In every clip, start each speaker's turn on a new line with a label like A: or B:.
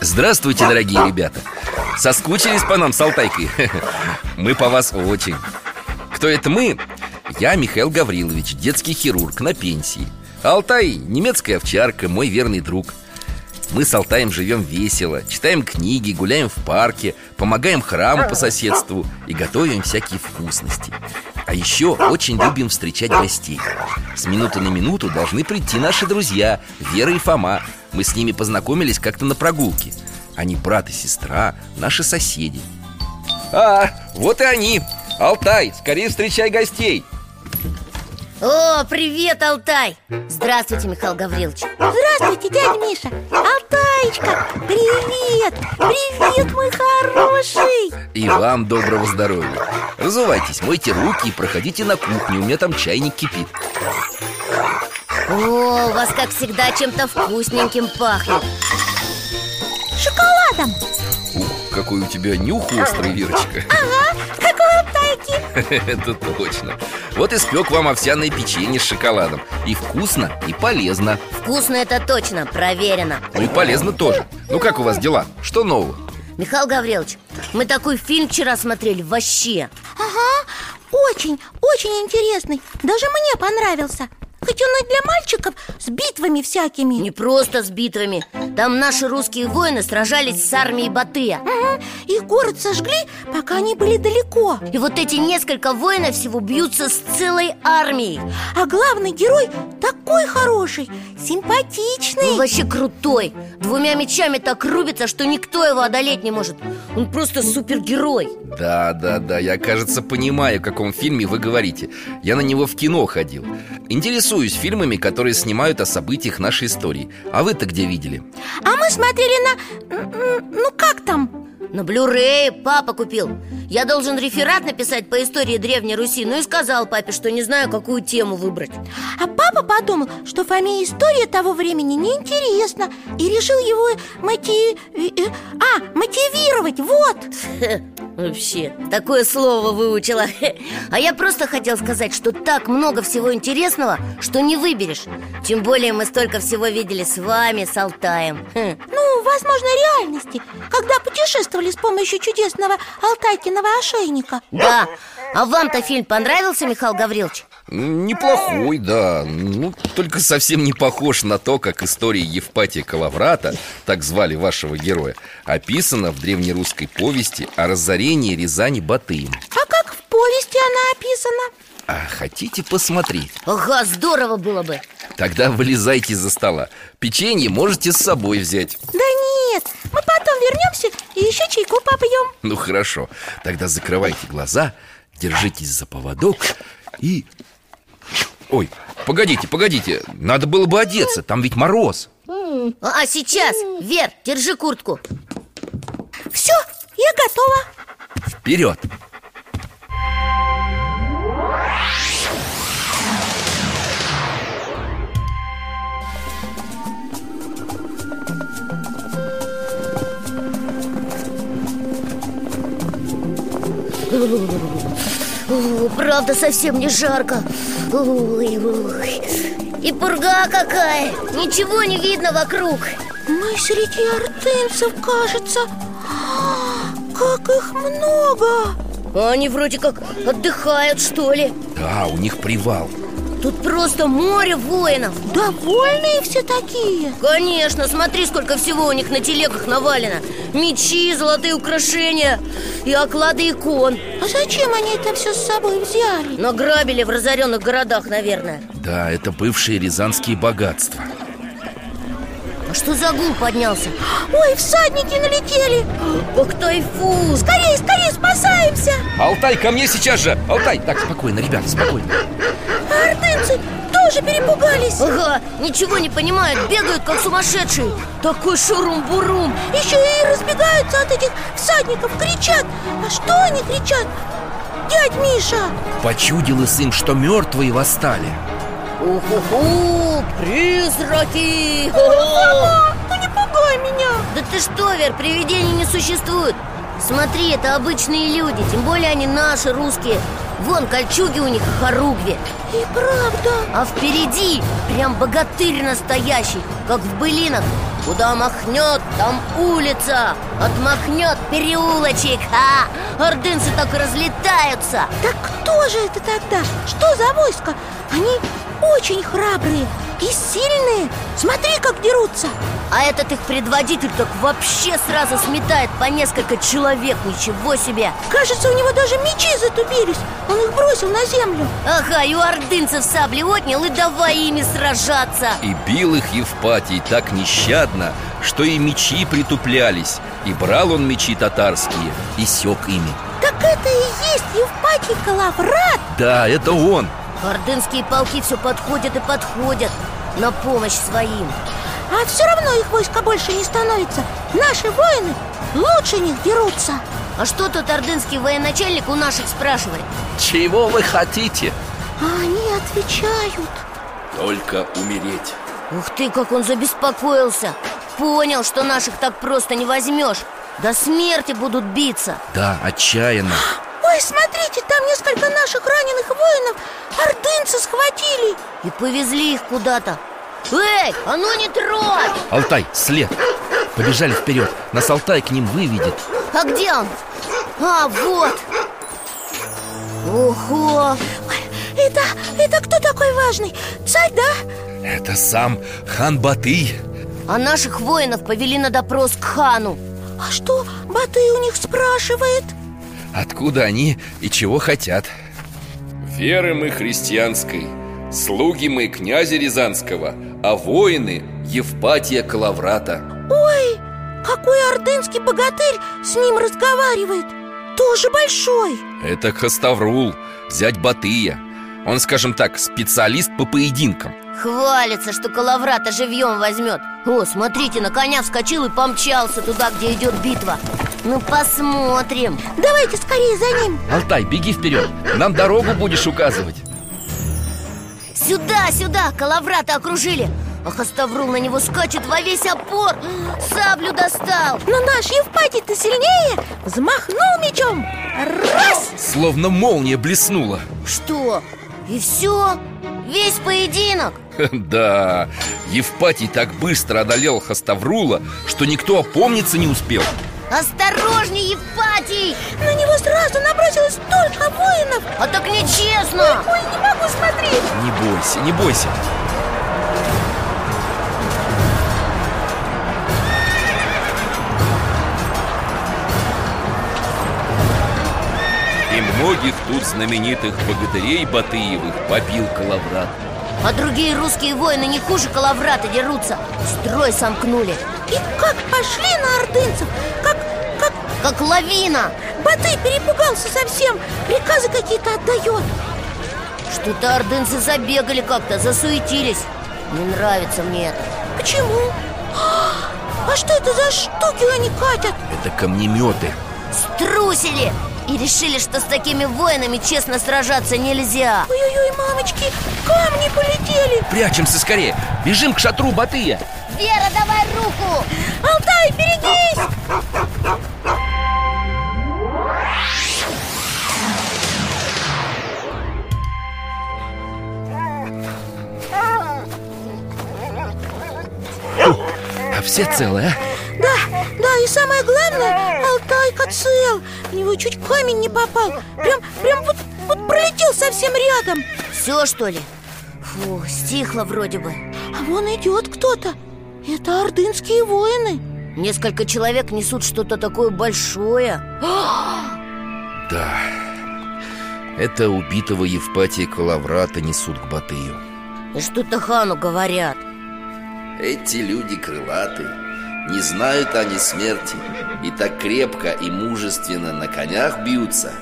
A: Здравствуйте, дорогие ребята Соскучились по нам с Алтайкой? Мы по вас очень Кто это мы? Я Михаил Гаврилович, детский хирург на пенсии А Алтай – немецкая овчарка, мой верный друг мы с Алтаем живем весело, читаем книги, гуляем в парке, помогаем храму по соседству и готовим всякие вкусности. А еще очень любим встречать гостей. С минуты на минуту должны прийти наши друзья Вера и Фома. Мы с ними познакомились как-то на прогулке. Они брат и сестра, наши соседи. А, вот и они! Алтай, скорее встречай гостей!
B: О, привет, Алтай! Здравствуйте, Михаил Гаврилович
C: Здравствуйте, дядя Миша Алтаечка, привет! Привет, мой хороший!
A: И вам доброго здоровья Разувайтесь, мойте руки и проходите на кухню У меня там чайник кипит
B: О, у вас, как всегда, чем-то вкусненьким пахнет
C: Шоколадом!
A: Ух, какой у тебя нюх острый, Верочка
C: Ага, как у Алтайки
A: Это точно Вот испек вам овсяное печенье с шоколадом И вкусно, и полезно
B: Вкусно это точно, проверено
A: Ну и полезно тоже Ну как у вас дела? Что нового?
B: Михаил Гаврилович, мы такой фильм вчера смотрели, вообще
C: Ага, очень, очень интересный Даже мне понравился Хоть он и для мальчиков с битвами всякими
B: Не просто с битвами Там наши русские воины сражались с армией Батыя
C: Мгм, Их город сожгли, пока они были далеко
B: И вот эти несколько воинов всего бьются с целой армией
C: А главный герой такой хороший, симпатичный
B: Он вообще крутой Двумя мечами так рубится, что никто его одолеть не может Он просто супергерой
A: Да, да, да, я, кажется, понимаю, о каком фильме вы говорите Я на него в кино ходил Интересуюсь фильмами, которые снимают о событиях нашей истории А вы-то где видели?
C: А мы смотрели на... м, м, Ну как там?
B: На Блю-рее папа купил Я должен реферат написать по истории Древней Руси Ну и сказал папе, что не знаю, какую тему выбрать
C: А папа подумал, что Фоме история того времени неинтересна И решил его мотив... э, А, мотивировать, вот
B: Хе, Вообще, такое слово выучила Хе. А я просто хотел сказать, что так много всего интересного, что не выберешь Тем более мы столько всего видели с вами, с Алтаем Хм. Хе.
C: Ну, возможно, реальности Когда путешествовали с помощью чудесного Алтайкиного ошейника
B: Да, а вам-то фильм понравился, Михаил Гаврилович?
A: М, Неплохой, да Ну, только совсем не похож на то, как история Евпатия Калаврата Так звали вашего героя Описана в древнерусской повести о разорении Рязани Батыем
C: А как в повести она описана?
A: А хотите посмотреть?
B: Ага, здорово было бы
A: Тогда вылезайте из-за стола Печенье можете с собой взять
C: Да нет, мы потом вернемся и еще чайку попьем
A: Ну, хорошо Тогда закрывайте глаза Держитесь за поводок И... Ой, погодите, погодите Надо было бы одеться, там ведь мороз
B: А а сейчас, Вер, держи куртку
C: Все, я готова
A: Вперед!
B: О, Правда, совсем не жарко Ой, ой. И пурга какая, ничего не видно вокруг
C: Мы среди артынцев, кажется А, Как их много
B: А Они вроде как отдыхают, что ли
A: Да, у них привал
B: Тут просто море воинов
C: Довольные все такие
B: Конечно, смотри, сколько всего у них на телегах навалено Мечи, золотые украшения и оклады икон
C: А зачем они это все с собой взяли?
B: Награбили в разоренных городах, наверное
A: Да, это бывшие рязанские богатства
B: А что за гул поднялся?
C: Ой, всадники налетели
B: Ох, тайфу!
C: Скорей, скорей, спасаемся
A: Алтай, ко мне сейчас же! Алтай! Так, спокойно, ребята, спокойно
C: А ордынцы тоже перепугались
B: Ага, ничего не понимают, бегают как сумасшедшие Такой шурум-бурум
C: Еще и разбегаются от этих всадников, кричат А что они кричат? Дядь Миша,
A: Почудилось им, что мертвые восстали
B: Уху-ху, призраки!
C: мама, ну не пугай меня
B: Да ты что, Вер, привидений не существует Смотри, это обычные люди, тем более они наши, русские Вон кольчуги у них и хоругви
C: И правда,
B: А впереди прям богатырь настоящий, как в былинах Куда махнет, там улица Отмахнет переулочек Ха! Ордынцы так и разлетаются
C: так кто же это тогда? Что за войско? Они очень храбрые и сильные Смотри, как дерутся
B: А этот их предводитель так вообще сразу сметает по несколько человек Ничего себе!
C: Кажется, у него даже мечи затупились Он их бросил на землю
B: Ага, и у ордынцев сабли отнял и давай ими сражаться
A: И бил их Евпатий так нещадно, что и мечи притуплялись И брал он мечи татарские и сёк ими
C: Так это и есть Евпатий Калаврат
A: Да, это он!
B: Ордынские полки все подходят и подходят на помощь своим
C: А все равно их войско больше не становится Наши воины лучше них дерутся
B: А что тут ордынский военачальник у наших спрашивает?
A: Чего вы хотите?
C: А они отвечают
A: Только умереть
B: Ух ты, как он забеспокоился Понял, что наших так просто не возьмешь До смерти будут биться
A: Да, отчаянно
C: Ой, смотрите, там несколько наших раненых воинов Ордынцы схватили
B: И повезли их куда-то Эй, а ну не трогай!
A: Алтай, след! Побежали вперед, нас Алтай к ним выведет
B: А где он? А, вот Ого,
C: Ой, это, это кто такой важный? Царь, да?
A: Это сам хан Батый
B: а наших воинов повели на допрос к хану
C: А что Батый у них спрашивает?
A: Откуда они и чего хотят Веры мы христианской Слуги мы князя Рязанского А воины Евпатия Калаврата
C: Ой, какой ордынский богатырь с ним разговаривает Тоже большой
A: Это Хаставрул, зять Батыя Он, скажем так, специалист по поединкам
B: Хвалится, что Калаврата живьем возьмет О, смотрите, на коня вскочил и помчался туда, где идет битва Ну посмотрим
C: Давайте скорее за ним
A: Алтай, беги вперед, нам дорогу будешь указывать
B: Сюда, сюда, Калаврата окружили А Хаставрул на него скачет во весь опор Саблю достал
C: Но наш Евпатий-то сильнее Взмахнул мечом Раз!
A: Словно молния блеснула
B: Что? И все? Весь поединок?
A: Да, Евпатий так быстро одолел Хаставрула, что никто опомниться не успел
B: Осторожней, Евпатий!
C: На него сразу набросилось столько воинов
B: А так нечестно!
C: Ой, не могу смотреть
A: Не бойся, не бойся И многих тут знаменитых богатырей Батыевых побил Калаврат
B: А другие русские воины не хуже Калаврата дерутся Строй сомкнули,
C: И как пошли на ордынцев Как, как
B: как лавина
C: Батый перепугался совсем Приказы какие-то отдает
B: Что-то ордынцы забегали как-то, засуетились Не нравится мне это
C: Почему? А а что это за штуки они катят?
A: Это камнеметы
B: Струсили и решили, что с такими воинами честно сражаться нельзя
C: Ой-ой-ой, мамочки, камни полетели
A: Прячемся скорее, бежим к шатру Батыя
B: Вера, давай руку!
C: Алтай, берегись!
A: А все целы, а? А
C: Да, да, и И самое главное, Алтайка цел В него чуть камень не попал Прям, прям вот, вот пролетел совсем рядом
B: Все, что ли? Фу, стихло вроде бы
C: А вон идет кто-то Это ордынские воины
B: Несколько человек несут что-то такое большое
A: Да Это убитого Евпатия Калаврата несут к Батыю
B: И что-то хану говорят
A: Эти люди крылатые Не знают они смерти И так крепко и мужественно на конях бьются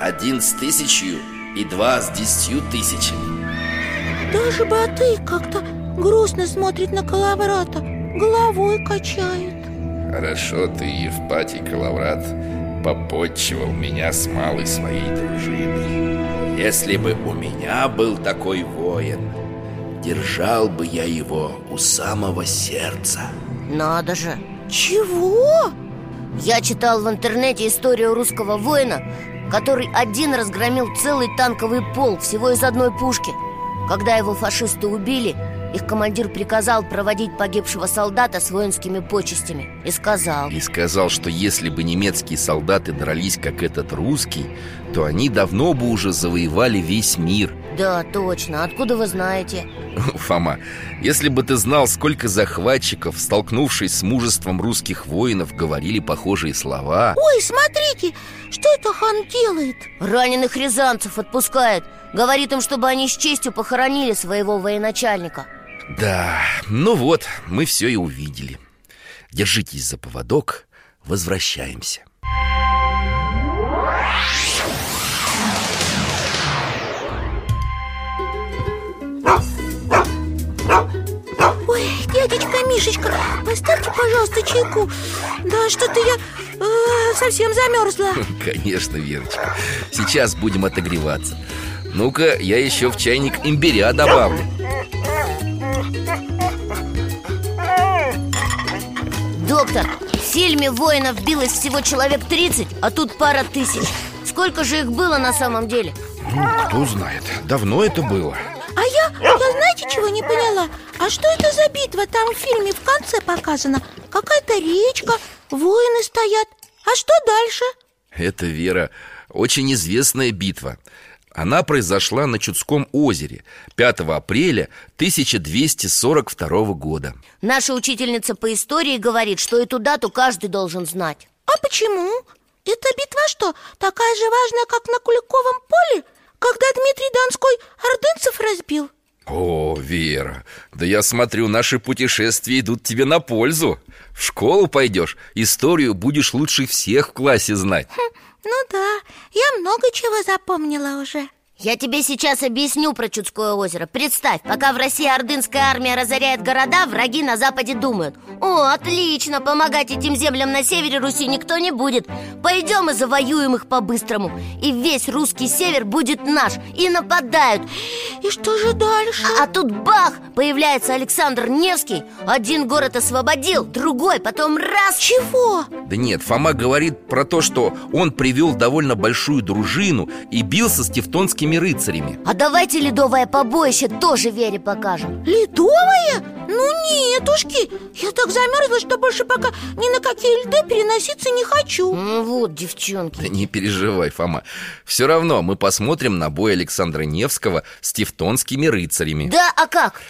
A: Один с тысячью и два с десятью тысячами
C: Даже Батый как-то грустно смотрит на Калаврата Головой качает
A: Хорошо ты, Евпатий Калаврат Попотчевал меня с малой своей дружиной Если бы у меня был такой воин Держал бы я его у самого сердца
B: Надо же
C: Чего?
B: Я читал в интернете историю русского воина, который один разгромил целый танковый полк всего из одной пушки. Когда его фашисты убили, их командир приказал проводить погибшего солдата с воинскими почестями и сказал
A: И сказал, что если бы немецкие солдаты дрались, как этот русский То они давно бы уже завоевали весь мир
B: «Да, точно, откуда вы знаете?»
A: Фома, если бы ты знал, сколько захватчиков, столкнувшись с мужеством русских воинов, говорили похожие слова
C: Ой, смотрите, что это хан делает?
B: Раненых рязанцев отпускает Говорит им, чтобы они с честью похоронили своего военачальника
A: Да, ну вот, мы все и увидели Держитесь за поводок, возвращаемся
C: Ой, дядечка Мишечка, поставьте, пожалуйста, чайку Да что-то я э, совсем замерзла
A: Конечно, Верочка Сейчас будем отогреваться Ну-ка, я еще в чайник имбиря добавлю
B: Доктор, в фильме воинов билось всего человек 30, а тут пара тысяч Сколько же их было на самом деле?
A: Ну, кто знает, давно это было
C: А я, я знаете, чего не поняла? А что это за битва? Там в фильме в конце показано Какая-то речка, воины стоят А что дальше?
A: Это, Вера, очень известная битва Она произошла на Чудском озере 5 апреля 1242 года
B: Наша учительница по истории говорит, что эту дату каждый должен знать
C: А почему? Эта битва что, такая же важная, как на Куликовом поле? Когда Дмитрий Донской ордынцев разбил?
A: О, Вера, да я смотрю, наши путешествия идут тебе на пользу В школу пойдешь, историю будешь лучше всех в классе знать
C: Ну да, я много чего запомнила уже
B: Я тебе сейчас объясню про Чудское озеро Представь, пока в России ордынская армия разоряет города, враги на западе думают О, отлично, помогать этим землям на севере Руси никто не будет Пойдем и завоюем их по-быстрому И весь русский север будет наш И нападают
C: И что же дальше?
B: А тут бах! Появляется Александр Невский Один город освободил, другой, потом раз
C: Чего?
A: Да нет, Фома говорит про то, что он привел довольно большую дружину И бился с тевтонскими рыцарями
B: А давайте ледовое побоище тоже Вере покажем
C: Ледовое? Ну нетушки, я так замерзла, что больше пока ни на какие льды переноситься не хочу
B: М, Вот,
A: Да
B: девчонки
A: не переживай, Фома Все равно мы посмотрим на бой Александра Невского с тевтонскими рыцарями
B: Да, а как?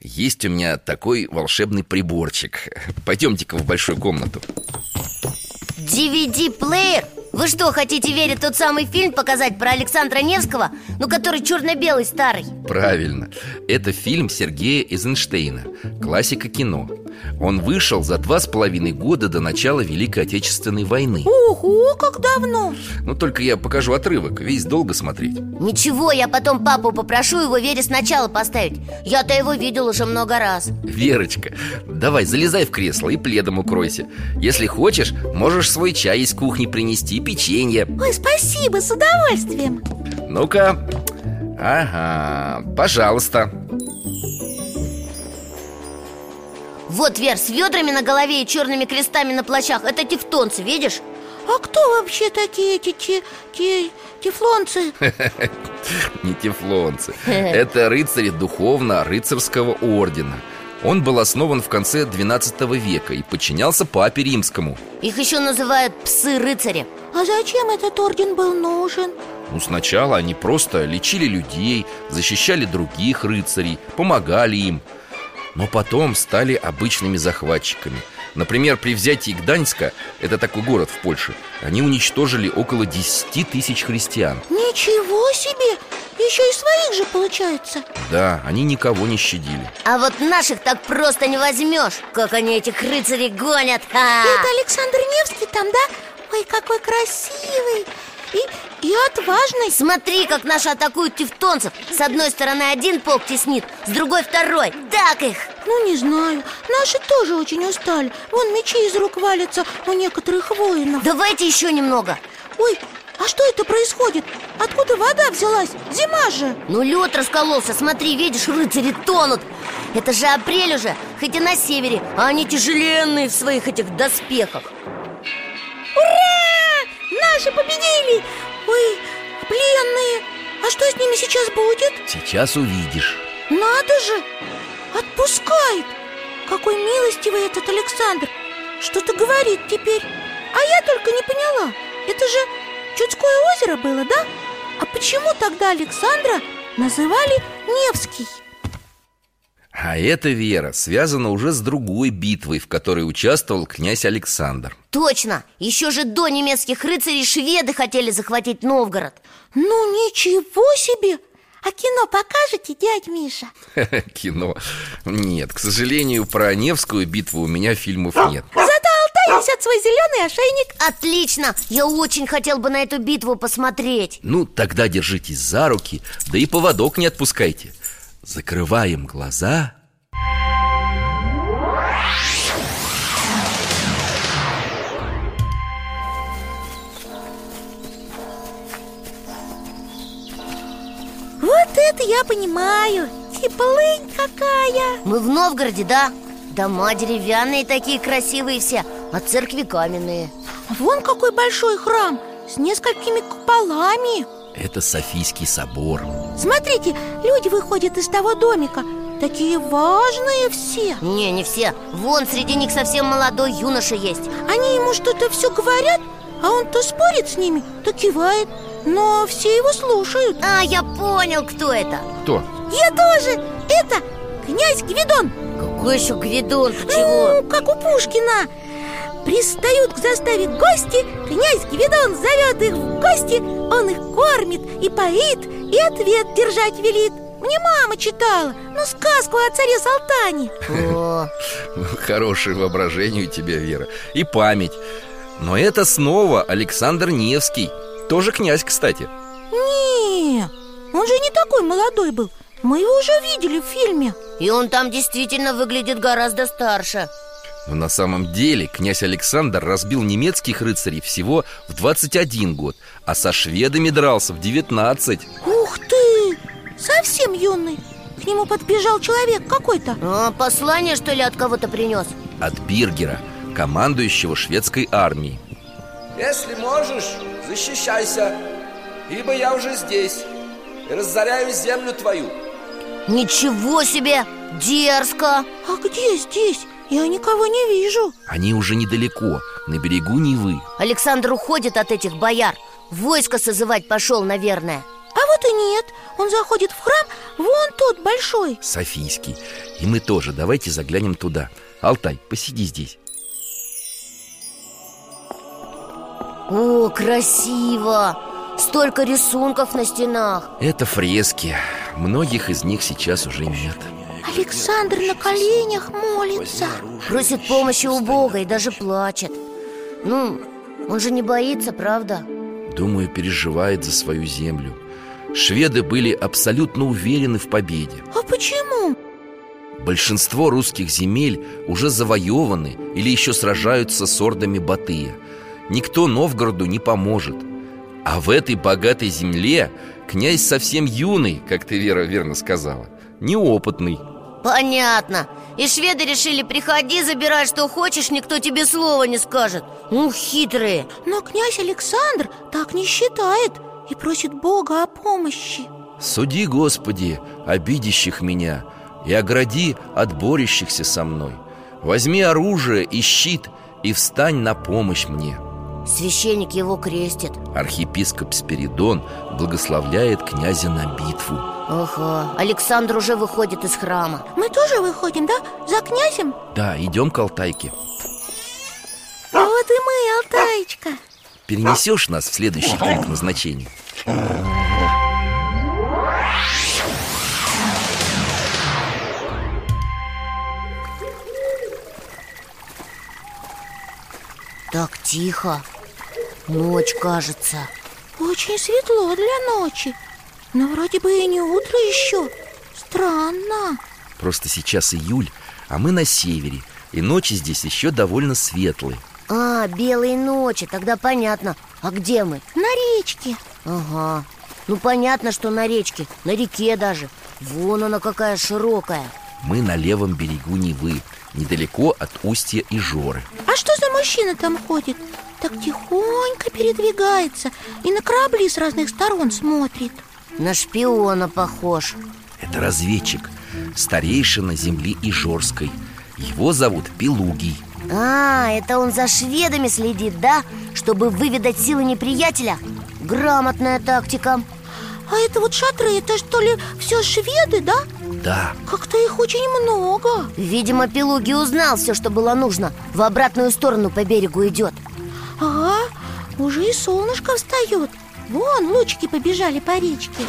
A: Есть у меня такой волшебный приборчик Пойдемте-ка в большую комнату
B: DVD-плеер? Вы что, хотите верить тот самый фильм показать про Александра Невского? Ну, который черно-белый старый
A: Правильно, это фильм Сергея Эйзенштейна Классика кино Он вышел за два с половиной года до начала Великой Отечественной войны
C: Ого, как давно
A: Но только я покажу отрывок, весь долго смотреть
B: Ничего, я потом папу попрошу его Вере сначала поставить Я-то его видел уже много раз
A: Верочка, давай, залезай в кресло и пледом укройся Если хочешь, можешь свой чай из кухни принести, печенье
C: Ой, спасибо, с удовольствием
A: Ну-ка Ага, пожалуйста
B: Вот, Вер, с ведрами на голове и черными крестами на плащах Это тевтонцы, видишь?
C: А кто вообще такие эти те, те- тефлонцы?
A: Не тефлонцы Это рыцари духовно-рыцарского ордена Он был основан в конце 12 века и подчинялся папе римскому
B: Их еще называют псы-рыцари
C: А зачем этот орден был нужен?
A: Ну, сначала они просто лечили людей, защищали других рыцарей, помогали им Но потом стали обычными захватчиками Например, при взятии Гданьска, это такой город в Польше Они уничтожили около 10 тысяч христиан
C: Ничего себе! Еще и своих же получается
A: Да, они никого не щадили
B: А вот наших так просто не возьмешь Как они этих рыцарей гонят Ха!
C: Это Александр Невский там, да? Ой, какой красивый и, и отважный
B: Смотри, как наши атакуют тевтонцев С одной стороны один полк теснит, с другой второй Так их!
C: Ну, не знаю, наши тоже очень устали Вон мечи из рук валятся у некоторых воинов
B: Давайте еще немного
C: Ой, а что это происходит? Откуда вода взялась? Зима же
B: Ну лед раскололся, смотри, видишь, рыцари тонут Это же апрель уже, хоть и на севере А они тяжеленные в своих этих доспехах
C: Ура! А, Наши победили! Ой, пленные! А что с ними сейчас будет?
A: Сейчас увидишь
C: Надо же! Отпускает! Какой милостивый этот Александр! Что-то говорит теперь А я только не поняла Это же Чудское озеро было, да? А почему тогда Александра называли Невский?
A: А эта вера связана уже с другой битвой, в которой участвовал князь Александр
B: Точно, еще же до немецких рыцарей шведы хотели захватить Новгород
C: Ну ничего себе! А кино покажете, дядь Миша?
A: Кино Нет, к сожалению, про Невскую битву у меня фильмов нет
C: Зато Алтай несет свой зеленый ошейник
B: Отлично, я очень хотел бы на эту битву посмотреть
A: Ну, тогда держитесь за руки, да и поводок не отпускайте Закрываем глаза
C: Вот это я понимаю Теплынь какая
B: Мы в Новгороде, да? Дома деревянные такие красивые все, а церкви каменные
C: Вон какой большой храм С несколькими куполами
A: Это Софийский собор
C: Смотрите, люди выходят из того домика Такие важные все
B: Не, не все, вон среди них совсем молодой юноша есть
C: Они ему что-то все говорят А он то спорит с ними, то кивает Но все его слушают
B: А, я понял, кто это
A: Кто?
C: Я тоже! Это князь Гвидон
B: Какой еще Гвидон, ты чего?
C: Ну, как у Пушкина Пристают к заставе гости Князь Гвидон зовет их в гости Он их кормит и поит И ответ держать велит Мне мама читала Ну, сказку о царе Салтане
B: О,
A: Ну, Хорошее воображение у тебя, Вера И память Но это снова Александр Невский Тоже князь, кстати
C: Не, он же не такой молодой был Мы его уже видели в фильме
B: и он там действительно выглядит гораздо старше
A: Но на самом деле князь Александр разбил немецких рыцарей всего в 21 год А со шведами дрался в 19
C: Ух ты, совсем юный К нему подбежал человек какой-то
B: А, послание, что ли, от кого-то принес?
A: От Биргера, командующего шведской армией
D: Если можешь, защищайся, ибо я уже здесь и разоряю землю твою.
B: Ничего себе! Дерзко!
C: А где здесь? Я никого не вижу
A: Они уже недалеко, на берегу Невы
B: Александр уходит от этих бояр Войско созывать пошел, наверное
C: А вот и нет Он заходит в храм вон тот большой
A: Софийский И мы тоже, давайте заглянем туда Алтай, посиди здесь
B: О, красиво! Столько рисунков на стенах
A: Это фрески Многих из них сейчас уже нет
C: Александр на коленях молится
B: Просит помощи у Бога и даже плачет Ну, он же не боится, правда?
A: Думаю, переживает за свою землю Шведы были абсолютно уверены в победе
C: А почему?
A: Большинство русских земель уже завоеваны или еще сражаются с ордами Батыя Никто Новгороду не поможет А в этой богатой земле князь совсем юный, как ты, Вера, верно сказала Неопытный
B: Понятно И шведы решили, приходи, забирай что хочешь, никто тебе слова не скажет Ну, хитрые
C: Но князь Александр так не считает И просит Бога о помощи
A: Суди, Господи, обидящих меня и огради от борющихся со мной. Возьми оружие и щит и встань на помощь мне».
B: Священник его крестит
A: Архиепископ Спиридон благословляет князя на битву.
B: Ага, Александр уже выходит из храма
C: Мы тоже выходим, да? За князем?
A: Да, идем к Алтайке.
C: Вот и мы, Алтаечка
A: Перенесешь нас в следующий пункт назначения?
B: Так тихо Ночь, кажется
C: Очень светло для ночи Но вроде бы и не утро еще Странно
A: Просто сейчас июль, а мы на севере, и ночи здесь еще довольно светлые.
B: А, белые ночи, тогда понятно А где мы?
C: На речке
B: Ага Ну понятно, что на речке, на реке даже Вон она какая широкая
A: Мы на левом берегу Невы, недалеко от устья Ижоры.
C: А что за мужчина там ходит? Так тихонько передвигается И на корабли с разных сторон смотрит
B: На шпиона похож
A: Это разведчик, старейшина земли Ижорской. Его зовут Пелугий.
B: А, это он за шведами следит, да? Чтобы выведать силы неприятеля? Грамотная тактика
C: А это вот шатры, это что ли все шведы, да?
A: Да,
C: Как-то их очень много
B: Видимо, Пелуги узнал все, что было нужно В обратную сторону по берегу идет
C: Ага, уже и солнышко встает Вон лучики побежали по речке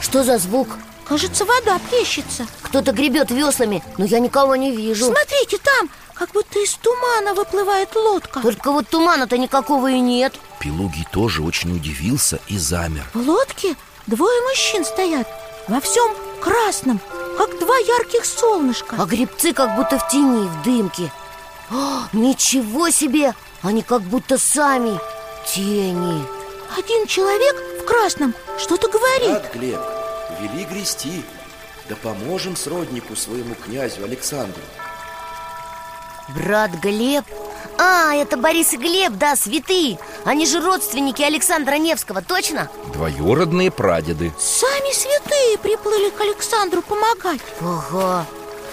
B: Что за звук?
C: Кажется, вода плещется
B: Кто-то гребет веслами, но я никого не вижу
C: Смотрите, там, как будто из тумана выплывает лодка
B: Только вот тумана-то никакого и нет
A: Пелугий тоже очень удивился и замер.
C: В лодке двое мужчин стоят Во всем красном, как два ярких солнышка
B: А грибцы как будто в тени, в дымке О, Ничего себе! Они как будто сами тени
C: Один человек в красном что-то говорит
D: Брат Глеб, вели грести, да поможем сроднику своему князю Александру.
B: Брат Глеб? А, это Борис и Глеб, да, святые Они же родственники Александра Невского, точно?
A: Двоюродные прадеды.
C: Сами святые приплыли к Александру помогать
B: Ага,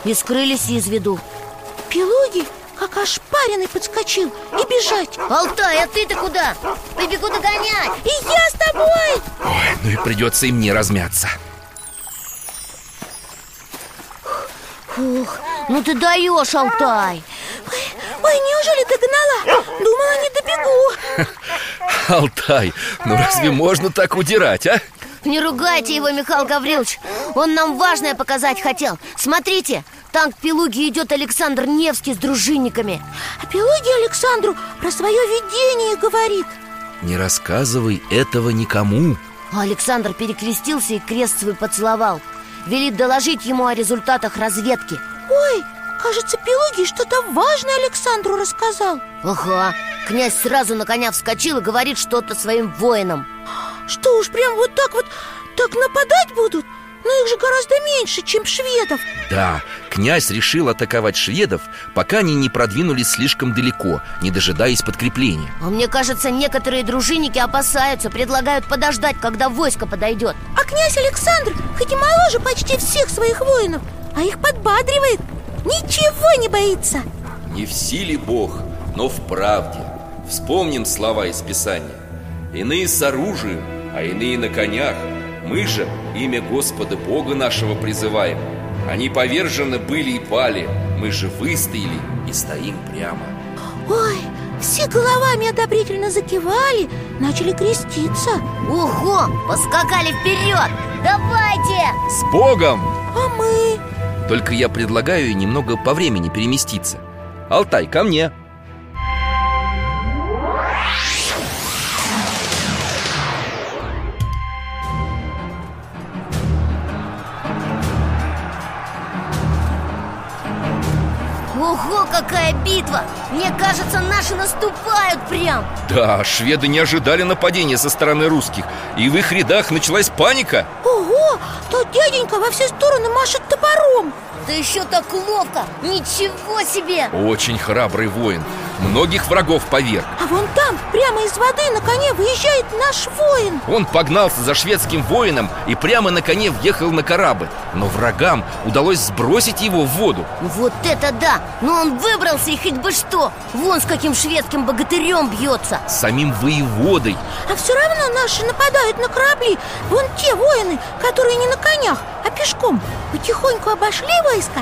B: и скрылись из виду
C: Пелуги, как ошпаренный, подскочил и бежать
B: Алтай, а ты-то куда? Побегу догонять
C: И я с тобой!
A: Ой, ну и придется и мне размяться.
B: Фух, ну ты даешь, Алтай
C: Ой, ой, неужели догнала? Думала, не добегу
A: Алтай, ну разве можно так удирать, а?
B: Не ругайте его, Михаил Гаврилович Он нам важное показать хотел Смотрите, танк Пелуги идет Александр Невский с дружинниками
C: А Пелагия Александру про свое видение говорит
A: Не рассказывай этого никому.
B: А Александр перекрестился и крест свой поцеловал Велит доложить ему о результатах разведки
C: Ой, кажется, Пелагий что-то важное Александру рассказал
B: Ага, князь сразу на коня вскочил и говорит что-то своим воинам
C: Что уж, прям вот так вот, так нападать будут? Но их же гораздо меньше, чем шведов
A: Да, князь решил атаковать шведов, пока они не продвинулись слишком далеко, не дожидаясь подкрепления.
B: А мне кажется, некоторые дружинники опасаются, предлагают подождать, когда войско подойдет
C: А князь Александр, хоть и моложе почти всех своих воинов А их подбадривает Ничего не боится
A: Не в силе Бог, но в правде. Вспомним слова из Писания. Иные с оружием, а иные на конях. Мы же имя Господа Бога нашего призываем. Они повержены были и пали, мы же выстояли и стоим прямо.
C: Ой, все головами одобрительно закивали Начали креститься
B: Ого, поскакали вперед! Давайте!
A: С Богом!
C: А мы?
A: Только я предлагаю немного по времени переместиться. Алтай, ко мне.
B: Ого, какая битва! Мне кажется, наши наступают прям
A: Да, шведы не ожидали нападения со стороны русских, и в их рядах началась паника.
C: Ого, тот дяденька во все стороны машет топором
B: Да еще так ловко! Ничего себе!
A: Очень храбрый воин. многих врагов поверг
C: А вон там, прямо из воды на коне выезжает наш воин
A: Он погнался за шведским воином и прямо на коне въехал на корабль Но врагам удалось сбросить его в воду
B: Вот это да! Но он выбрался и хоть бы что! Вон с каким шведским богатырем бьется!
A: с самим воеводой
C: А все равно наши нападают на корабли Вон те воины, которые не на конях, а пешком Потихоньку обошли войска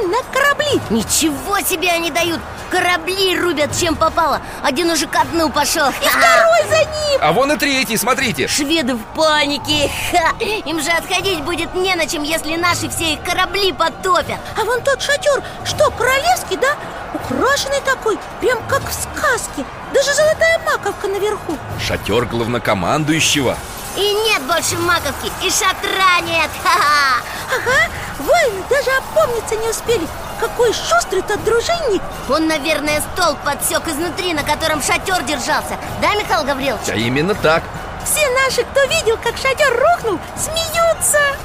C: и на корабли
B: Ничего себе они дают! Корабли рубят чем попало! Один уже ко дну пошел!
C: И второй за ним
A: А вон и третий, смотрите
B: Шведы в панике! Ха! Им же отходить будет не на чем, если наши все их корабли потопят!
C: А вон тот шатер, что, королевский, да? Украшенный такой, прям как в сказке Даже золотая маковка наверху
A: Шатер главнокомандующего
B: И нет больше маковки, и шатра нет! Ха-ха!
C: Ага, воины даже опомниться не успели Какой шустрый тот дружинник
B: Он, наверное, столб подсек изнутри, на котором шатер держался Да, Михаил Гаврилович?
A: А именно так
C: Все наши, кто видел, как шатер рухнул, смеются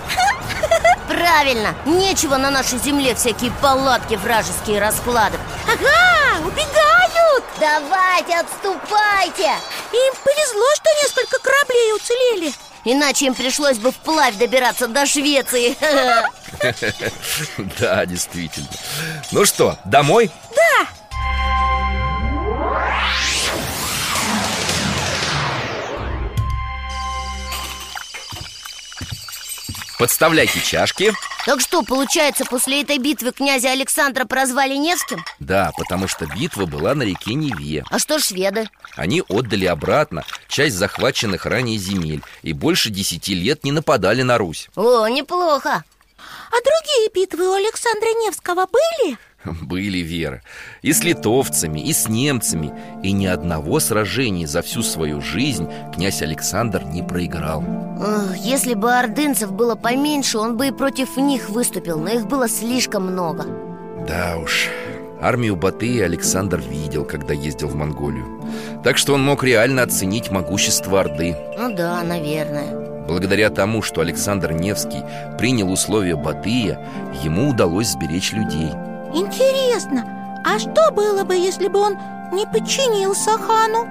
B: Правильно, нечего на нашей земле всякие палатки вражеские раскладывать
C: Ага, убегают
B: Давайте, отступайте!
C: Им повезло, что несколько кораблей уцелели
B: Иначе им пришлось бы вплавь добираться до Швеции
A: Да, действительно Ну что, домой? Да Подставляйте чашки
B: Так что, получается, после этой битвы князя Александра прозвали Невским?
A: Да, потому что битва была на реке Неве
B: А что шведы?
A: Они отдали обратно часть захваченных ранее земель И больше десяти лет не нападали на Русь
B: О, неплохо
C: А другие битвы у Александра Невского были?
A: Были, Вера И с литовцами, и с немцами И ни одного сражения за всю свою жизнь Князь Александр не проиграл
B: Эх, Если бы ордынцев было поменьше, он бы и против них выступил Но их было слишком много
A: Да уж Армию Батыя Александр видел, когда ездил в Монголию Так что он мог реально оценить могущество Орды
B: Ну да, наверное
A: Благодаря тому, что Александр Невский принял условия Батыя Ему удалось сберечь людей
C: Интересно, а что было бы, если бы он не подчинился хану?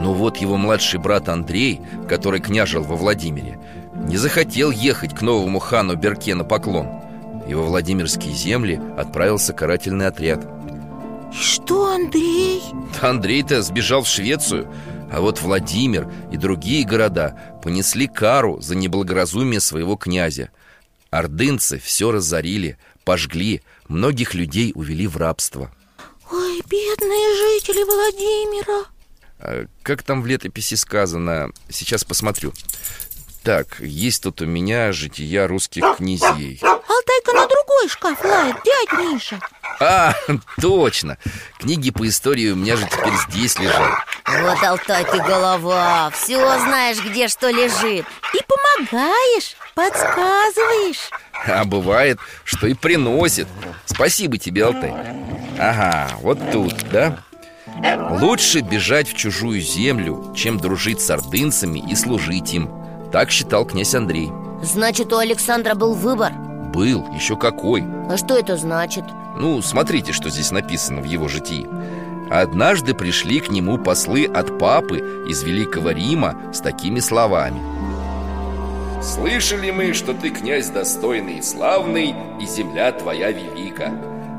A: Но вот его младший брат Андрей, который княжил во Владимире, не захотел ехать к новому хану Берке на поклон. И во Владимирские земли отправился карательный отряд.
C: И что, Андрей?
A: Да Андрей-то сбежал в Швецию, а вот Владимир и другие города понесли кару за неблагоразумие своего князя. Ордынцы все разорили, пожгли, многих людей увели в рабство.
C: Ой, бедные жители Владимира
A: А, Как там в летописи сказано? Сейчас посмотрю. Так, есть тут у меня жития русских князей.
C: Алтайка на другой шкаф лает, дядь Миша
A: А, точно! Книги по истории у меня же теперь здесь лежат.
B: Вот, Алтай, ты голова Все знаешь, где что лежит
C: И помогаешь, подсказываешь
A: А бывает, что и приносит. Спасибо тебе, Алтай. Ага, вот тут, да? Лучше бежать в чужую землю, чем дружить с ордынцами и служить им. Так считал князь Андрей.
B: Значит, у Александра был выбор
A: Был, еще какой.
B: А что это значит?
A: Ну, смотрите, что здесь написано в его житии Однажды пришли к нему послы от папы из Великого Рима с такими словами Слышали мы, что ты князь достойный и славный, и земля твоя велика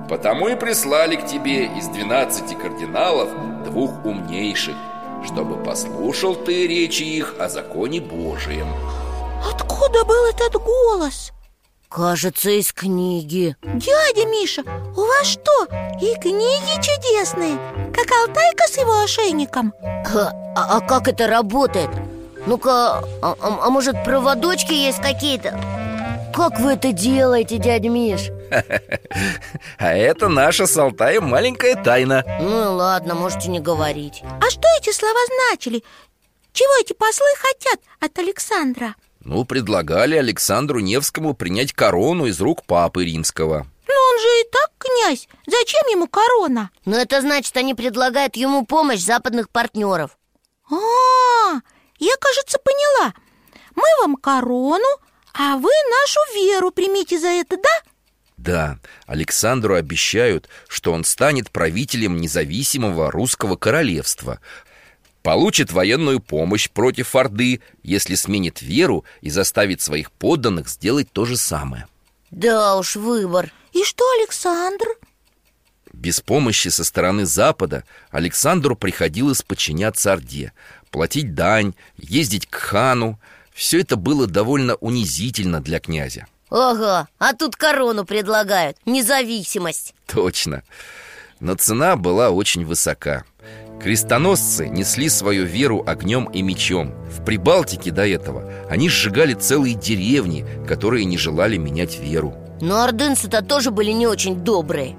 A: Потому и прислали к тебе из двенадцати кардиналов двух умнейших чтобы послушал ты речи их о законе Божием
C: Откуда был этот голос?
B: Кажется, из книги
C: Дядя Миша, у вас что, и книги чудесные? Как Алтайка с его ошейником?
B: Ха, А, а как это работает? Ну-ка, а, а- а может проводочки есть какие-то? Как вы это делаете, дядя Миш?
A: А это наша с Алтаем маленькая тайна
B: Ну и ладно, можете не говорить
C: А что эти слова значили? Чего эти послы хотят от Александра?
A: Ну, предлагали Александру Невскому принять корону из рук папы римского.
C: Ну он же и так князь, зачем ему корона?
B: Но это значит, они предлагают ему помощь западных партнеров
C: А, я, кажется, поняла Мы вам корону, а вы нашу веру примите за это, да?
A: Да, Александру обещают, что он станет правителем независимого русского королевства Получит военную помощь против Орды, если сменит веру и заставит своих подданных сделать то же самое
B: Да уж, выбор
C: И что, Александр?
A: Без помощи со стороны Запада Александру приходилось подчиняться Орде, платить дань, ездить к хану. Все это было довольно унизительно для князя.
B: Ага, а тут корону предлагают Независимость
A: Точно. Но цена была очень высока. Крестоносцы несли свою веру огнем и мечом. В Прибалтике до этого они сжигали целые деревни, которые не желали менять веру.
B: Но ордынцы-то тоже были не очень добрые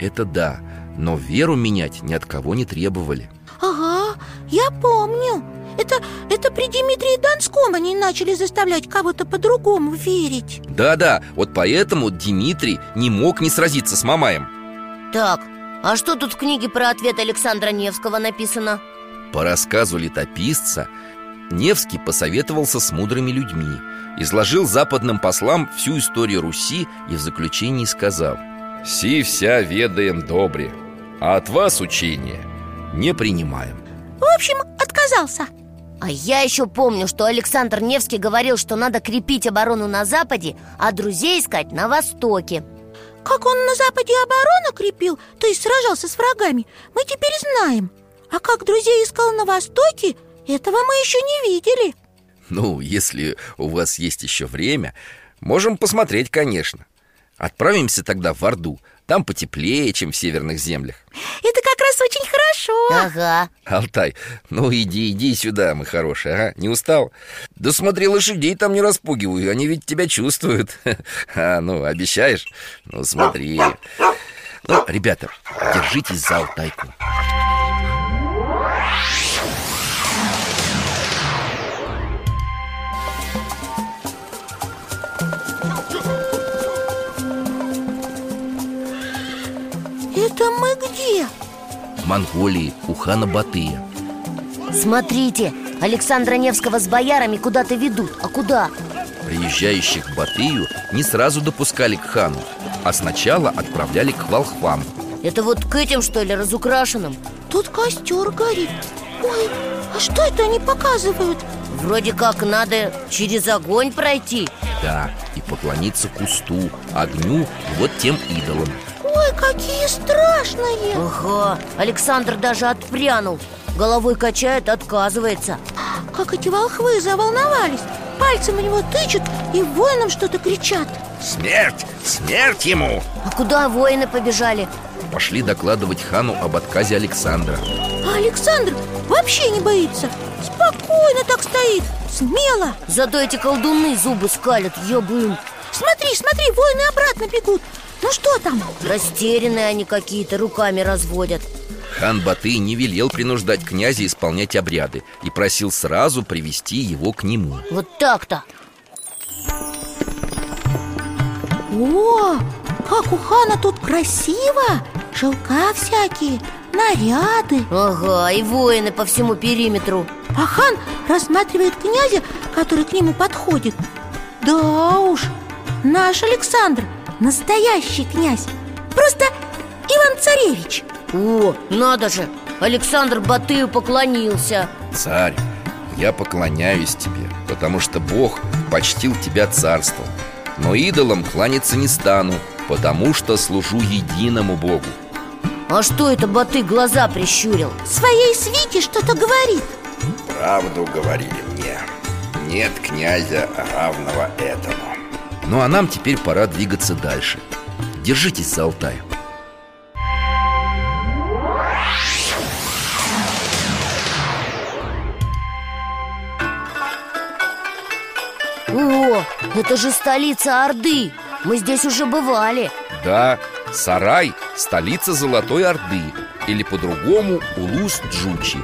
A: Это да, но веру менять ни от кого не требовали.
C: Ага, я помню Это, это при Дмитрии Донском они начали заставлять кого-то по-другому верить
A: Да-да, вот поэтому Дмитрий не мог не сразиться с Мамаем.
B: Так, а что тут в книге про ответ Александра Невского написано?
A: По рассказу летописца, Невский посоветовался с мудрыми людьми, изложил западным послам всю историю Руси и в заключении сказал «Си вся ведаем добре, а от вас учения не принимаем»
C: В общем, отказался
B: А я еще помню, что Александр Невский говорил, что надо крепить оборону на Западе, а друзей искать на Востоке
C: Как он на Западе оборону крепил, то есть сражался с врагами, мы теперь знаем А как друзей искал на Востоке, этого мы еще не видели
A: Ну, если у вас есть еще время, можем посмотреть, конечно Отправимся тогда в Орду, там потеплее, чем в северных землях
C: Это как раз очень хорошо
B: Ага,
A: Алтай, ну иди, иди сюда, мой хороший, ага, не устал? Да смотри, лошадей там не распугиваю, они ведь тебя чувствуют А, ну, обещаешь? Ну, смотри Ну, ребята, держитесь за Алтайку
C: Это мы где?
A: В Монголии, у хана Батыя
B: смотрите, Александра Невского с боярами куда-то ведут А куда?
A: Приезжающих к Батыю не сразу допускали к хану А сначала отправляли к волхвам
B: Это вот к этим, что ли, разукрашенным?
C: Тут костер горит Ой, а что это они показывают?
B: Вроде как надо через огонь пройти
A: Да, и поклониться кусту, огню и вот тем идолам
C: Ой, какие страшные
B: Ага, Александр даже отпрянул Головой качает, отказывается
C: Как эти волхвы заволновались Пальцем у него тычут и воинам что-то кричат
A: Смерть! Смерть ему!
B: А куда воины побежали?
A: Пошли докладывать хану об отказе Александра
C: А Александр вообще не боится Спокойно так стоит, смело
B: Зато эти колдуны зубы скалят, я бы им
C: Смотри, смотри, воины обратно бегут Ну что там?
B: Растерянные они какие-то, руками разводят
A: Хан Баты не велел принуждать князя исполнять обряды и просил сразу привести его к нему.
B: Вот так-то
C: О, как у хана тут красиво Шелка всякие, наряды
B: Ага, и воины по всему периметру
C: А хан рассматривает князя, который к нему подходит Да уж, наш Александр, настоящий князь Просто Иван-Царевич
B: О, надо же, Александр Батыю поклонился
A: Царь, я поклоняюсь тебе, потому что Бог почтил тебя царством. Но идолам кланяться не стану, потому что служу единому Богу.
B: А что это Баты глаза прищурил?
C: Своей свите что-то говорит
E: Правду говорили мне Нет князя равного этому
A: Ну а нам теперь пора двигаться дальше. Держитесь за Алтай.
B: О, это же столица Орды Мы здесь уже бывали
A: Да, Сарай – столица Золотой Орды или по-другому Улус-Джучи.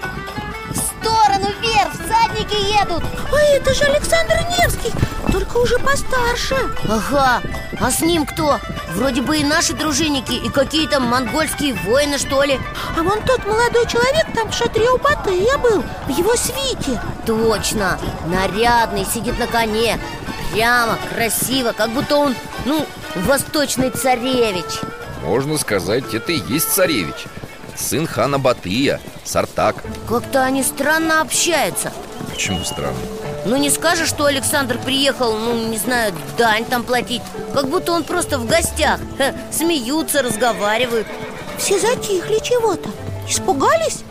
B: В сторону вверх, всадники едут
C: Ой, А это же Александр Невский, только уже постарше
B: Ага, а с ним кто? Вроде бы и наши дружинники, и какие-то монгольские воины, что ли
C: А вон тот молодой человек там в шатре у Батыя был, в его свите
B: Точно, нарядный, сидит на коне прямо, красиво, как будто он, ну, восточный царевич
A: Можно сказать, это и есть царевич Сын хана Батыя, Сартак
B: Как-то они странно общаются
A: Почему странно?
B: Ну не скажешь, что Александр приехал, ну не знаю, дань там платить Как будто он просто в гостях Ха, Смеются, разговаривают
C: Все затихли чего-то Испугались?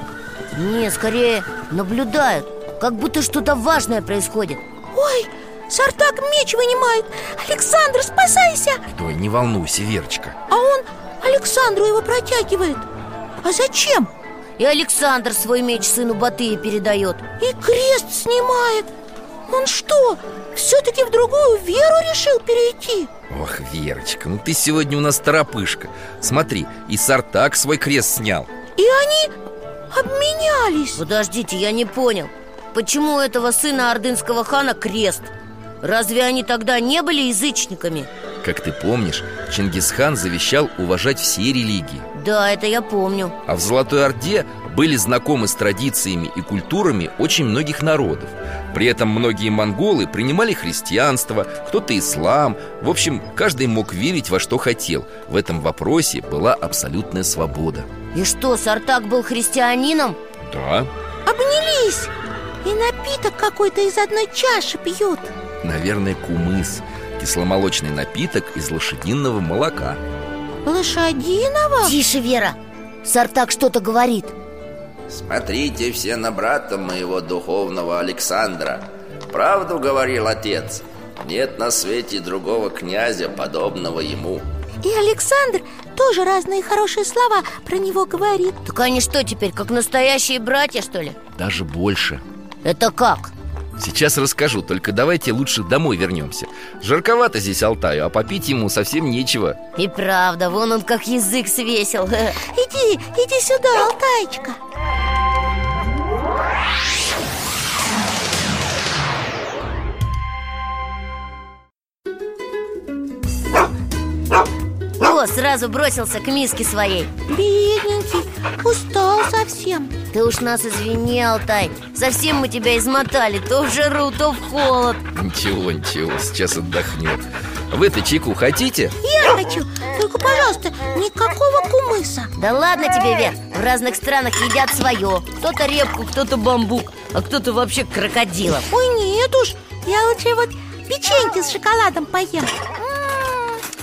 B: Не, скорее наблюдают Как будто что-то важное происходит
C: Ой, Сартак меч вынимает Александр, спасайся!
A: Ой, не волнуйся, Верочка
C: А он Александру его протягивает А зачем?
B: И Александр свой меч сыну Батыя передает
C: И крест снимает Он что, все-таки в другую веру решил перейти?
A: Ох, Верочка, ну ты сегодня у нас торопышка Смотри, и Сартак свой крест снял
C: И они обменялись
B: Подождите, я не понял Почему у этого сына ордынского хана крест? Разве они тогда не были язычниками?
A: Как ты помнишь, Чингисхан завещал уважать все религии
B: Да, это я помню
A: А в Золотой Орде были знакомы с традициями и культурами очень многих народов При этом многие монголы принимали христианство, кто-то ислам В общем, каждый мог верить во что хотел В этом вопросе была абсолютная свобода
B: И что, Сартак был христианином?
A: Да,
C: Обнялись И напиток какой-то из одной чаши пьют
A: наверное, кумыс Кисломолочный напиток из лошадиного молока
C: Лошадиного?
B: Тише, Вера Сартак что-то говорит
E: Смотрите все на брата моего духовного Александра Правду говорил отец Нет на свете другого князя, подобного ему
C: И Александр тоже разные хорошие слова про него говорит
B: Так они что теперь, как настоящие братья, что ли?
A: Даже больше
B: Это как?
A: Сейчас расскажу, только давайте лучше домой вернемся Жарковато здесь Алтаю, а попить ему совсем нечего
B: И правда, вон он как язык свесил
C: Иди, иди сюда, Алтайчика
B: О, сразу бросился к миске своей
C: Бедненький, устал совсем
B: Ты уж нас извини, Алтай Совсем мы тебя измотали То в жару, то в холод
A: Ничего, ничего, сейчас отдохнет Вы-то чайку хотите?
C: Я хочу, только, пожалуйста, никакого кумыса
B: Да ладно тебе, Вер В разных странах едят свое Кто-то репку, кто-то бамбук А кто-то вообще крокодилов
C: Ой, нет уж, я лучше вот печеньки с шоколадом поем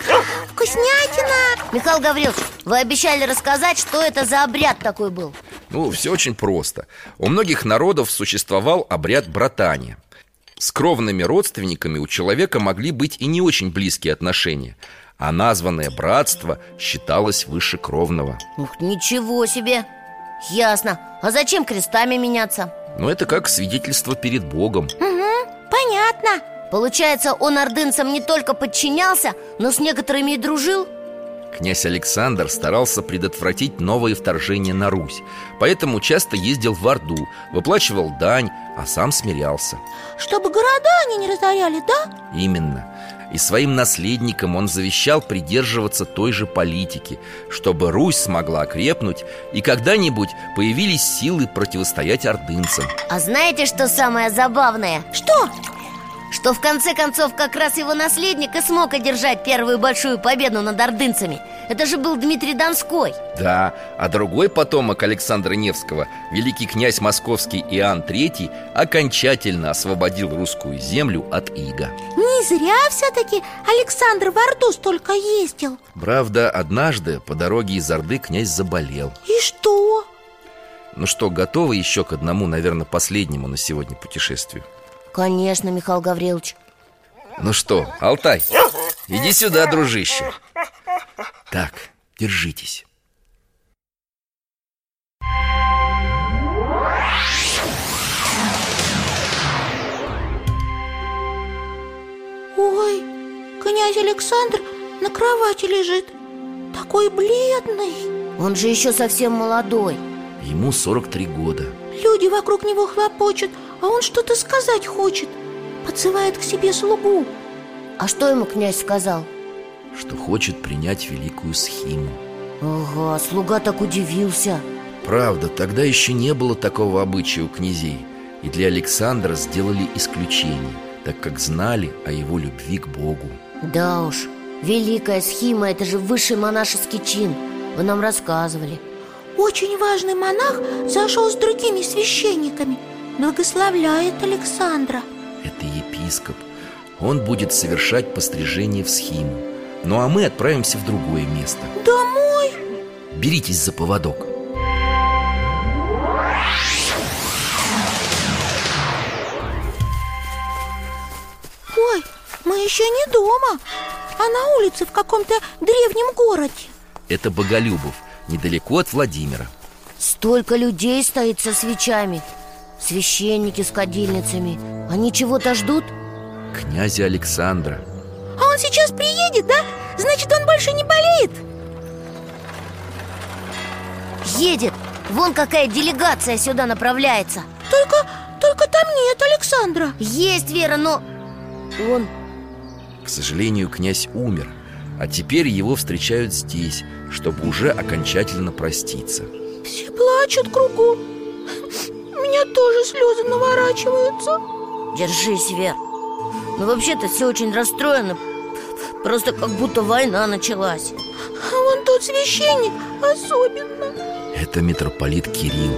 C: М, Вкуснятина
B: Михаил Гаврилович, вы обещали рассказать, что это за обряд такой был
A: Ну, все очень просто У многих народов существовал обряд братания С кровными родственниками у человека могли быть и не очень близкие отношения А названное братство считалось выше кровного
B: Ух, ничего себе Ясно, а зачем крестами меняться?
A: Но это как свидетельство перед Богом
C: Мгм, Понятно
B: Получается, он ордынцам не только подчинялся, но с некоторыми и дружил?
A: Князь Александр старался предотвратить новые вторжения на Русь Поэтому часто ездил в Орду, выплачивал дань, а сам смирялся
C: Чтобы города они не разоряли, да?
A: Именно. И своим наследникам он завещал придерживаться той же политики, чтобы Русь смогла окрепнуть и когда-нибудь появились силы противостоять ордынцам.
B: А знаете, что самое забавное?
C: Что?
B: Что в конце концов как раз его наследник и смог одержать первую большую победу над ордынцами Это же был Дмитрий Донской
A: Да, а другой потомок Александра Невского, великий князь московский Иоанн III, окончательно освободил русскую землю от ига.
C: Не зря все-таки Александр в Орду столько ездил
A: Правда, однажды по дороге из Орды князь заболел.
C: И что?
A: Ну что, готовы еще к одному, наверное, последнему на сегодня путешествию?
B: Конечно, Михаил Гаврилович
A: Ну что, Алтай, иди сюда, дружище Так, держитесь
C: Ой, князь Александр на кровати лежит Такой бледный
B: Он же еще совсем молодой
A: Ему 43 года
C: Люди вокруг него хлопочут, а он что-то сказать хочет Подзывает к себе слугу
B: А что ему князь сказал?
A: Что хочет принять великую схиму
B: Ага, слуга так удивился
A: Правда, тогда еще не было такого обычая у князей И для Александра сделали исключение так как знали о его любви к Богу.
B: Да уж, великая схима – это же высший монашеский чин Вы нам рассказывали
C: Очень важный монах зашел с другими священниками Благословляет Александра
A: Это епископ. Он будет совершать пострижение в схиму. Ну а мы отправимся в другое место.
C: Домой?
A: Беритесь за поводок.
C: Ой, мы еще не дома А на улице в каком-то древнем городе
A: Это Боголюбов, недалеко от Владимира.
B: Столько людей стоит со свечами Священники с кадильницами Они чего-то ждут?
A: Князя Александра.
C: А он сейчас приедет, да? Значит, он больше не болеет?
B: Едет! Вон какая делегация сюда направляется
C: Только, только там нет Александра
B: Есть, Вера, но... Он...
A: К сожалению, князь умер, а теперь его встречают здесь, чтобы уже окончательно проститься.
C: Все плачут кругом У меня тоже слезы наворачиваются
B: Держись, Вер Ну, вообще-то все очень расстроено Просто как будто война началась
C: А вон тот священник особенно
A: Это митрополит Кирилл.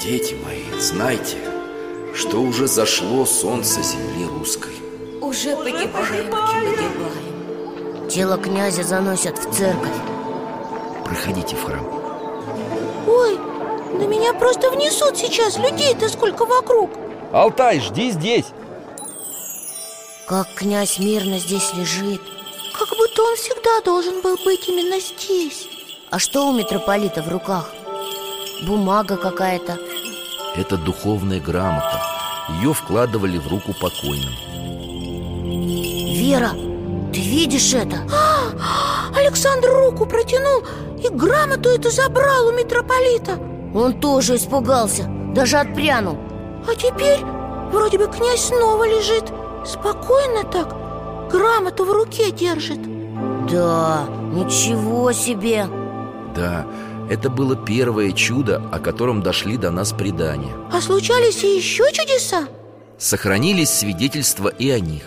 E: Дети мои, знайте, что уже зашло солнце земли русской
F: Уже погибаем, погибаем.
B: Тело князя заносят в церковь
A: Проходите в храм.
C: Ой, на меня просто внесут сейчас людей-то сколько вокруг
A: Алтай, жди здесь.
B: Как князь мирно здесь лежит
C: Как будто он всегда должен был быть именно здесь
B: А что у митрополита в руках? Бумага какая-то
A: Это духовная грамота. Ее вкладывали в руку покойным.
B: Вера, ты видишь это?
C: Александр руку протянул и грамоту эту забрал у митрополита
B: Он тоже испугался, даже отпрянул
C: А теперь вроде бы князь снова лежит Спокойно так грамоту в руке держит
B: Да, ничего себе
A: Да, это было первое чудо, о котором дошли до нас предания.
C: А случались и еще чудеса?
A: Сохранились свидетельства и о них.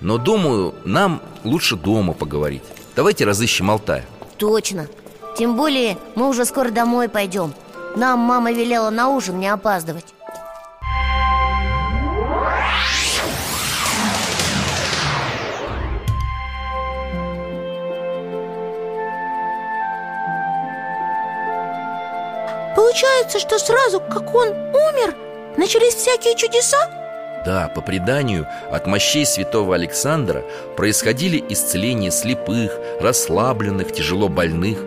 A: Но думаю, нам лучше дома поговорить. Давайте разыщем Алтая.
B: Точно Тем более мы уже скоро домой пойдем Нам мама велела на ужин не опаздывать
C: Получается, что сразу, как он умер, начались всякие чудеса?
A: Да, по преданию, от мощей святого Александра происходили исцеления слепых, расслабленных, тяжело больных.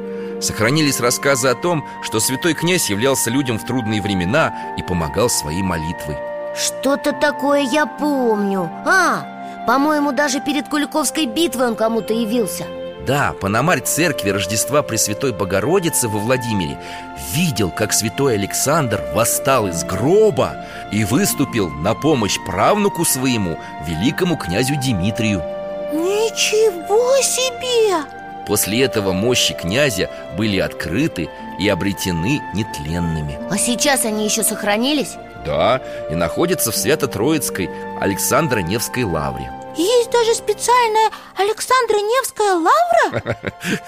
A: Сохранились рассказы о том, что святой князь являлся людям в трудные времена и помогал своей молитвой.
B: Что-то такое я помню А, по-моему, даже перед Куликовской битвой он кому-то явился
A: Да, Пономарь церкви Рождества Пресвятой Богородицы во Владимире видел, как святой Александр восстал из гроба и выступил на помощь правнуку своему, великому князю Дмитрию.
C: Ничего себе!
A: После этого мощи князя были открыты и обретены нетленными
B: А сейчас они еще сохранились?
A: Да, и находятся в Свято-Троицкой Александро-Невской лавре
C: Есть даже специальная Александра Невская лавра?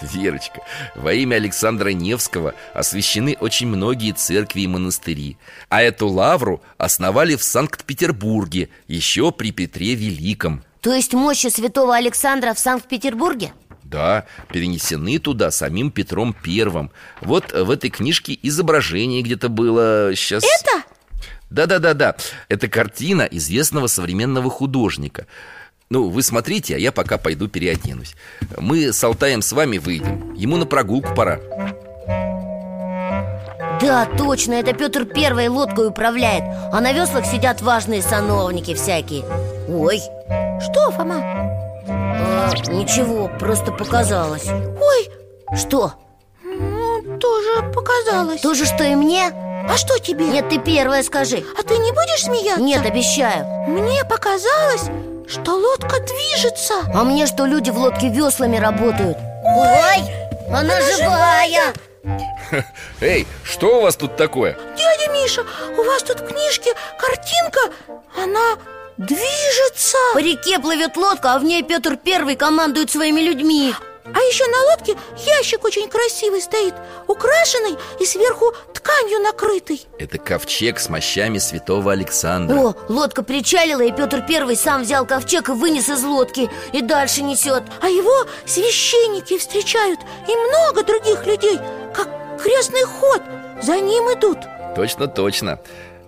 A: Верочка, во имя Александра Невского освящены очень многие церкви и монастыри А эту лавру основали в Санкт-Петербурге еще при Петре Великом
B: То есть мощи святого Александра в Санкт-Петербурге?
A: Да, перенесены туда самим Петром Первым Вот в этой книжке изображение где-то было сейчас
C: Это?
A: Да-да-да-да, это картина известного современного художника Ну, вы смотрите, а я пока пойду переоденусь Мы с Алтаем с вами выйдем, ему на прогулку пора
B: Да, точно, это Петр Первый лодкой управляет А на веслах сидят важные сановники всякие Ой,
C: Что, Фома?
B: а, ничего, просто показалось
C: Ой,
B: Что,
C: ну, тоже показалось
B: то же, что и мне?
C: А что тебе?
B: Нет, ты первая скажи
C: А ты не будешь смеяться?
B: Нет, а обещаю
C: Мне показалось, что лодка движется
B: А мне что, люди в лодке веслами работают? Ой, она, живая!
A: Эй, что у вас тут такое?
C: Дядя Миша, у вас тут в книжке картинка Она Движется!
B: По реке плывет лодка, а в ней Петр Первый командует своими людьми
C: А еще на лодке ящик очень красивый стоит Украшенный и сверху тканью накрытый
A: Это ковчег с мощами святого Александра
B: О, лодка причалила, и Петр Первый сам взял ковчег и вынес из лодки И дальше несет
C: А его священники встречают И много других людей Как крестный ход За ним идут
A: Точно, точно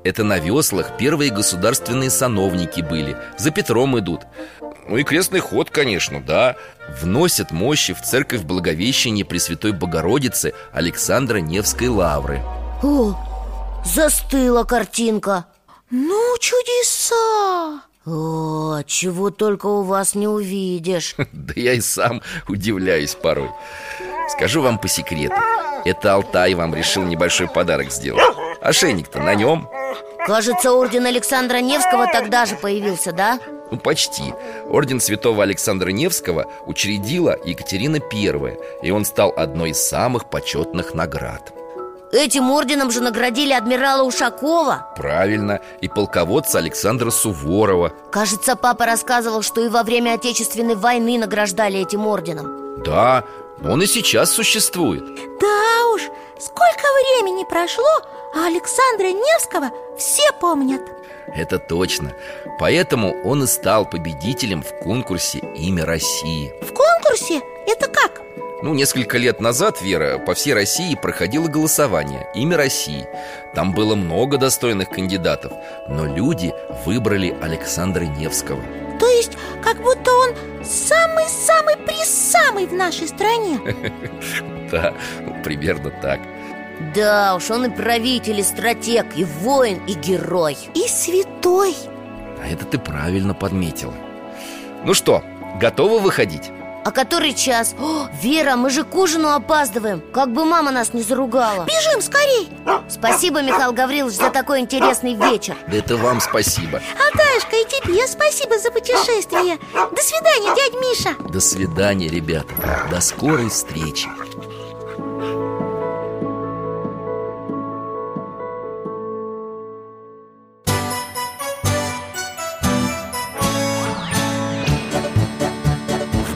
A: Это на веслах первые государственные сановники были За Петром идут Ну и крестный ход, конечно, да Вносят мощи в церковь Благовещения Пресвятой Богородицы Александра Невской Лавры
B: О, застыла картинка
C: Ну, чудеса!
B: О, чего только у вас не увидишь
A: Да я и сам удивляюсь порой Скажу вам по секрету Это Алтай вам решил небольшой подарок сделать Ошейник-то на нем
B: Кажется, орден Александра Невского тогда же появился, да?
A: Ну, почти Орден святого Александра Невского учредила Екатерина I И он стал одной из самых почетных наград
B: Этим орденом же наградили адмирала Ушакова
A: Правильно, и полководца Александра Суворова
B: Кажется, папа рассказывал, что и во время Отечественной войны награждали этим орденом
A: Да, он и сейчас существует
C: Да уж, сколько времени прошло, а Александра Невского все помнят
A: Это точно Поэтому он и стал победителем в конкурсе «Имя России»
C: В конкурсе это как?
A: Ну, несколько лет назад, Вера, по всей России проходило голосование «Имя России» Там было много достойных кандидатов Но люди выбрали Александра Невского
C: То есть, как будто он самый-самый присамый в нашей стране
A: Да, ну, примерно так
B: Да уж, он и правитель, и стратег, и воин, и герой
C: И святой
A: А это ты правильно подметила Ну что, готовы выходить?
B: А который час? О, Вера, мы же к ужину опаздываем Как бы мама нас не заругала
C: Бежим скорей!
B: Спасибо, Михаил Гаврилович, за такой интересный вечер
A: Да это вам спасибо
C: Алташка, и тебе спасибо за путешествие До свидания, дядь Миша
A: До свидания, ребята До скорой встречи В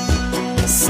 A: С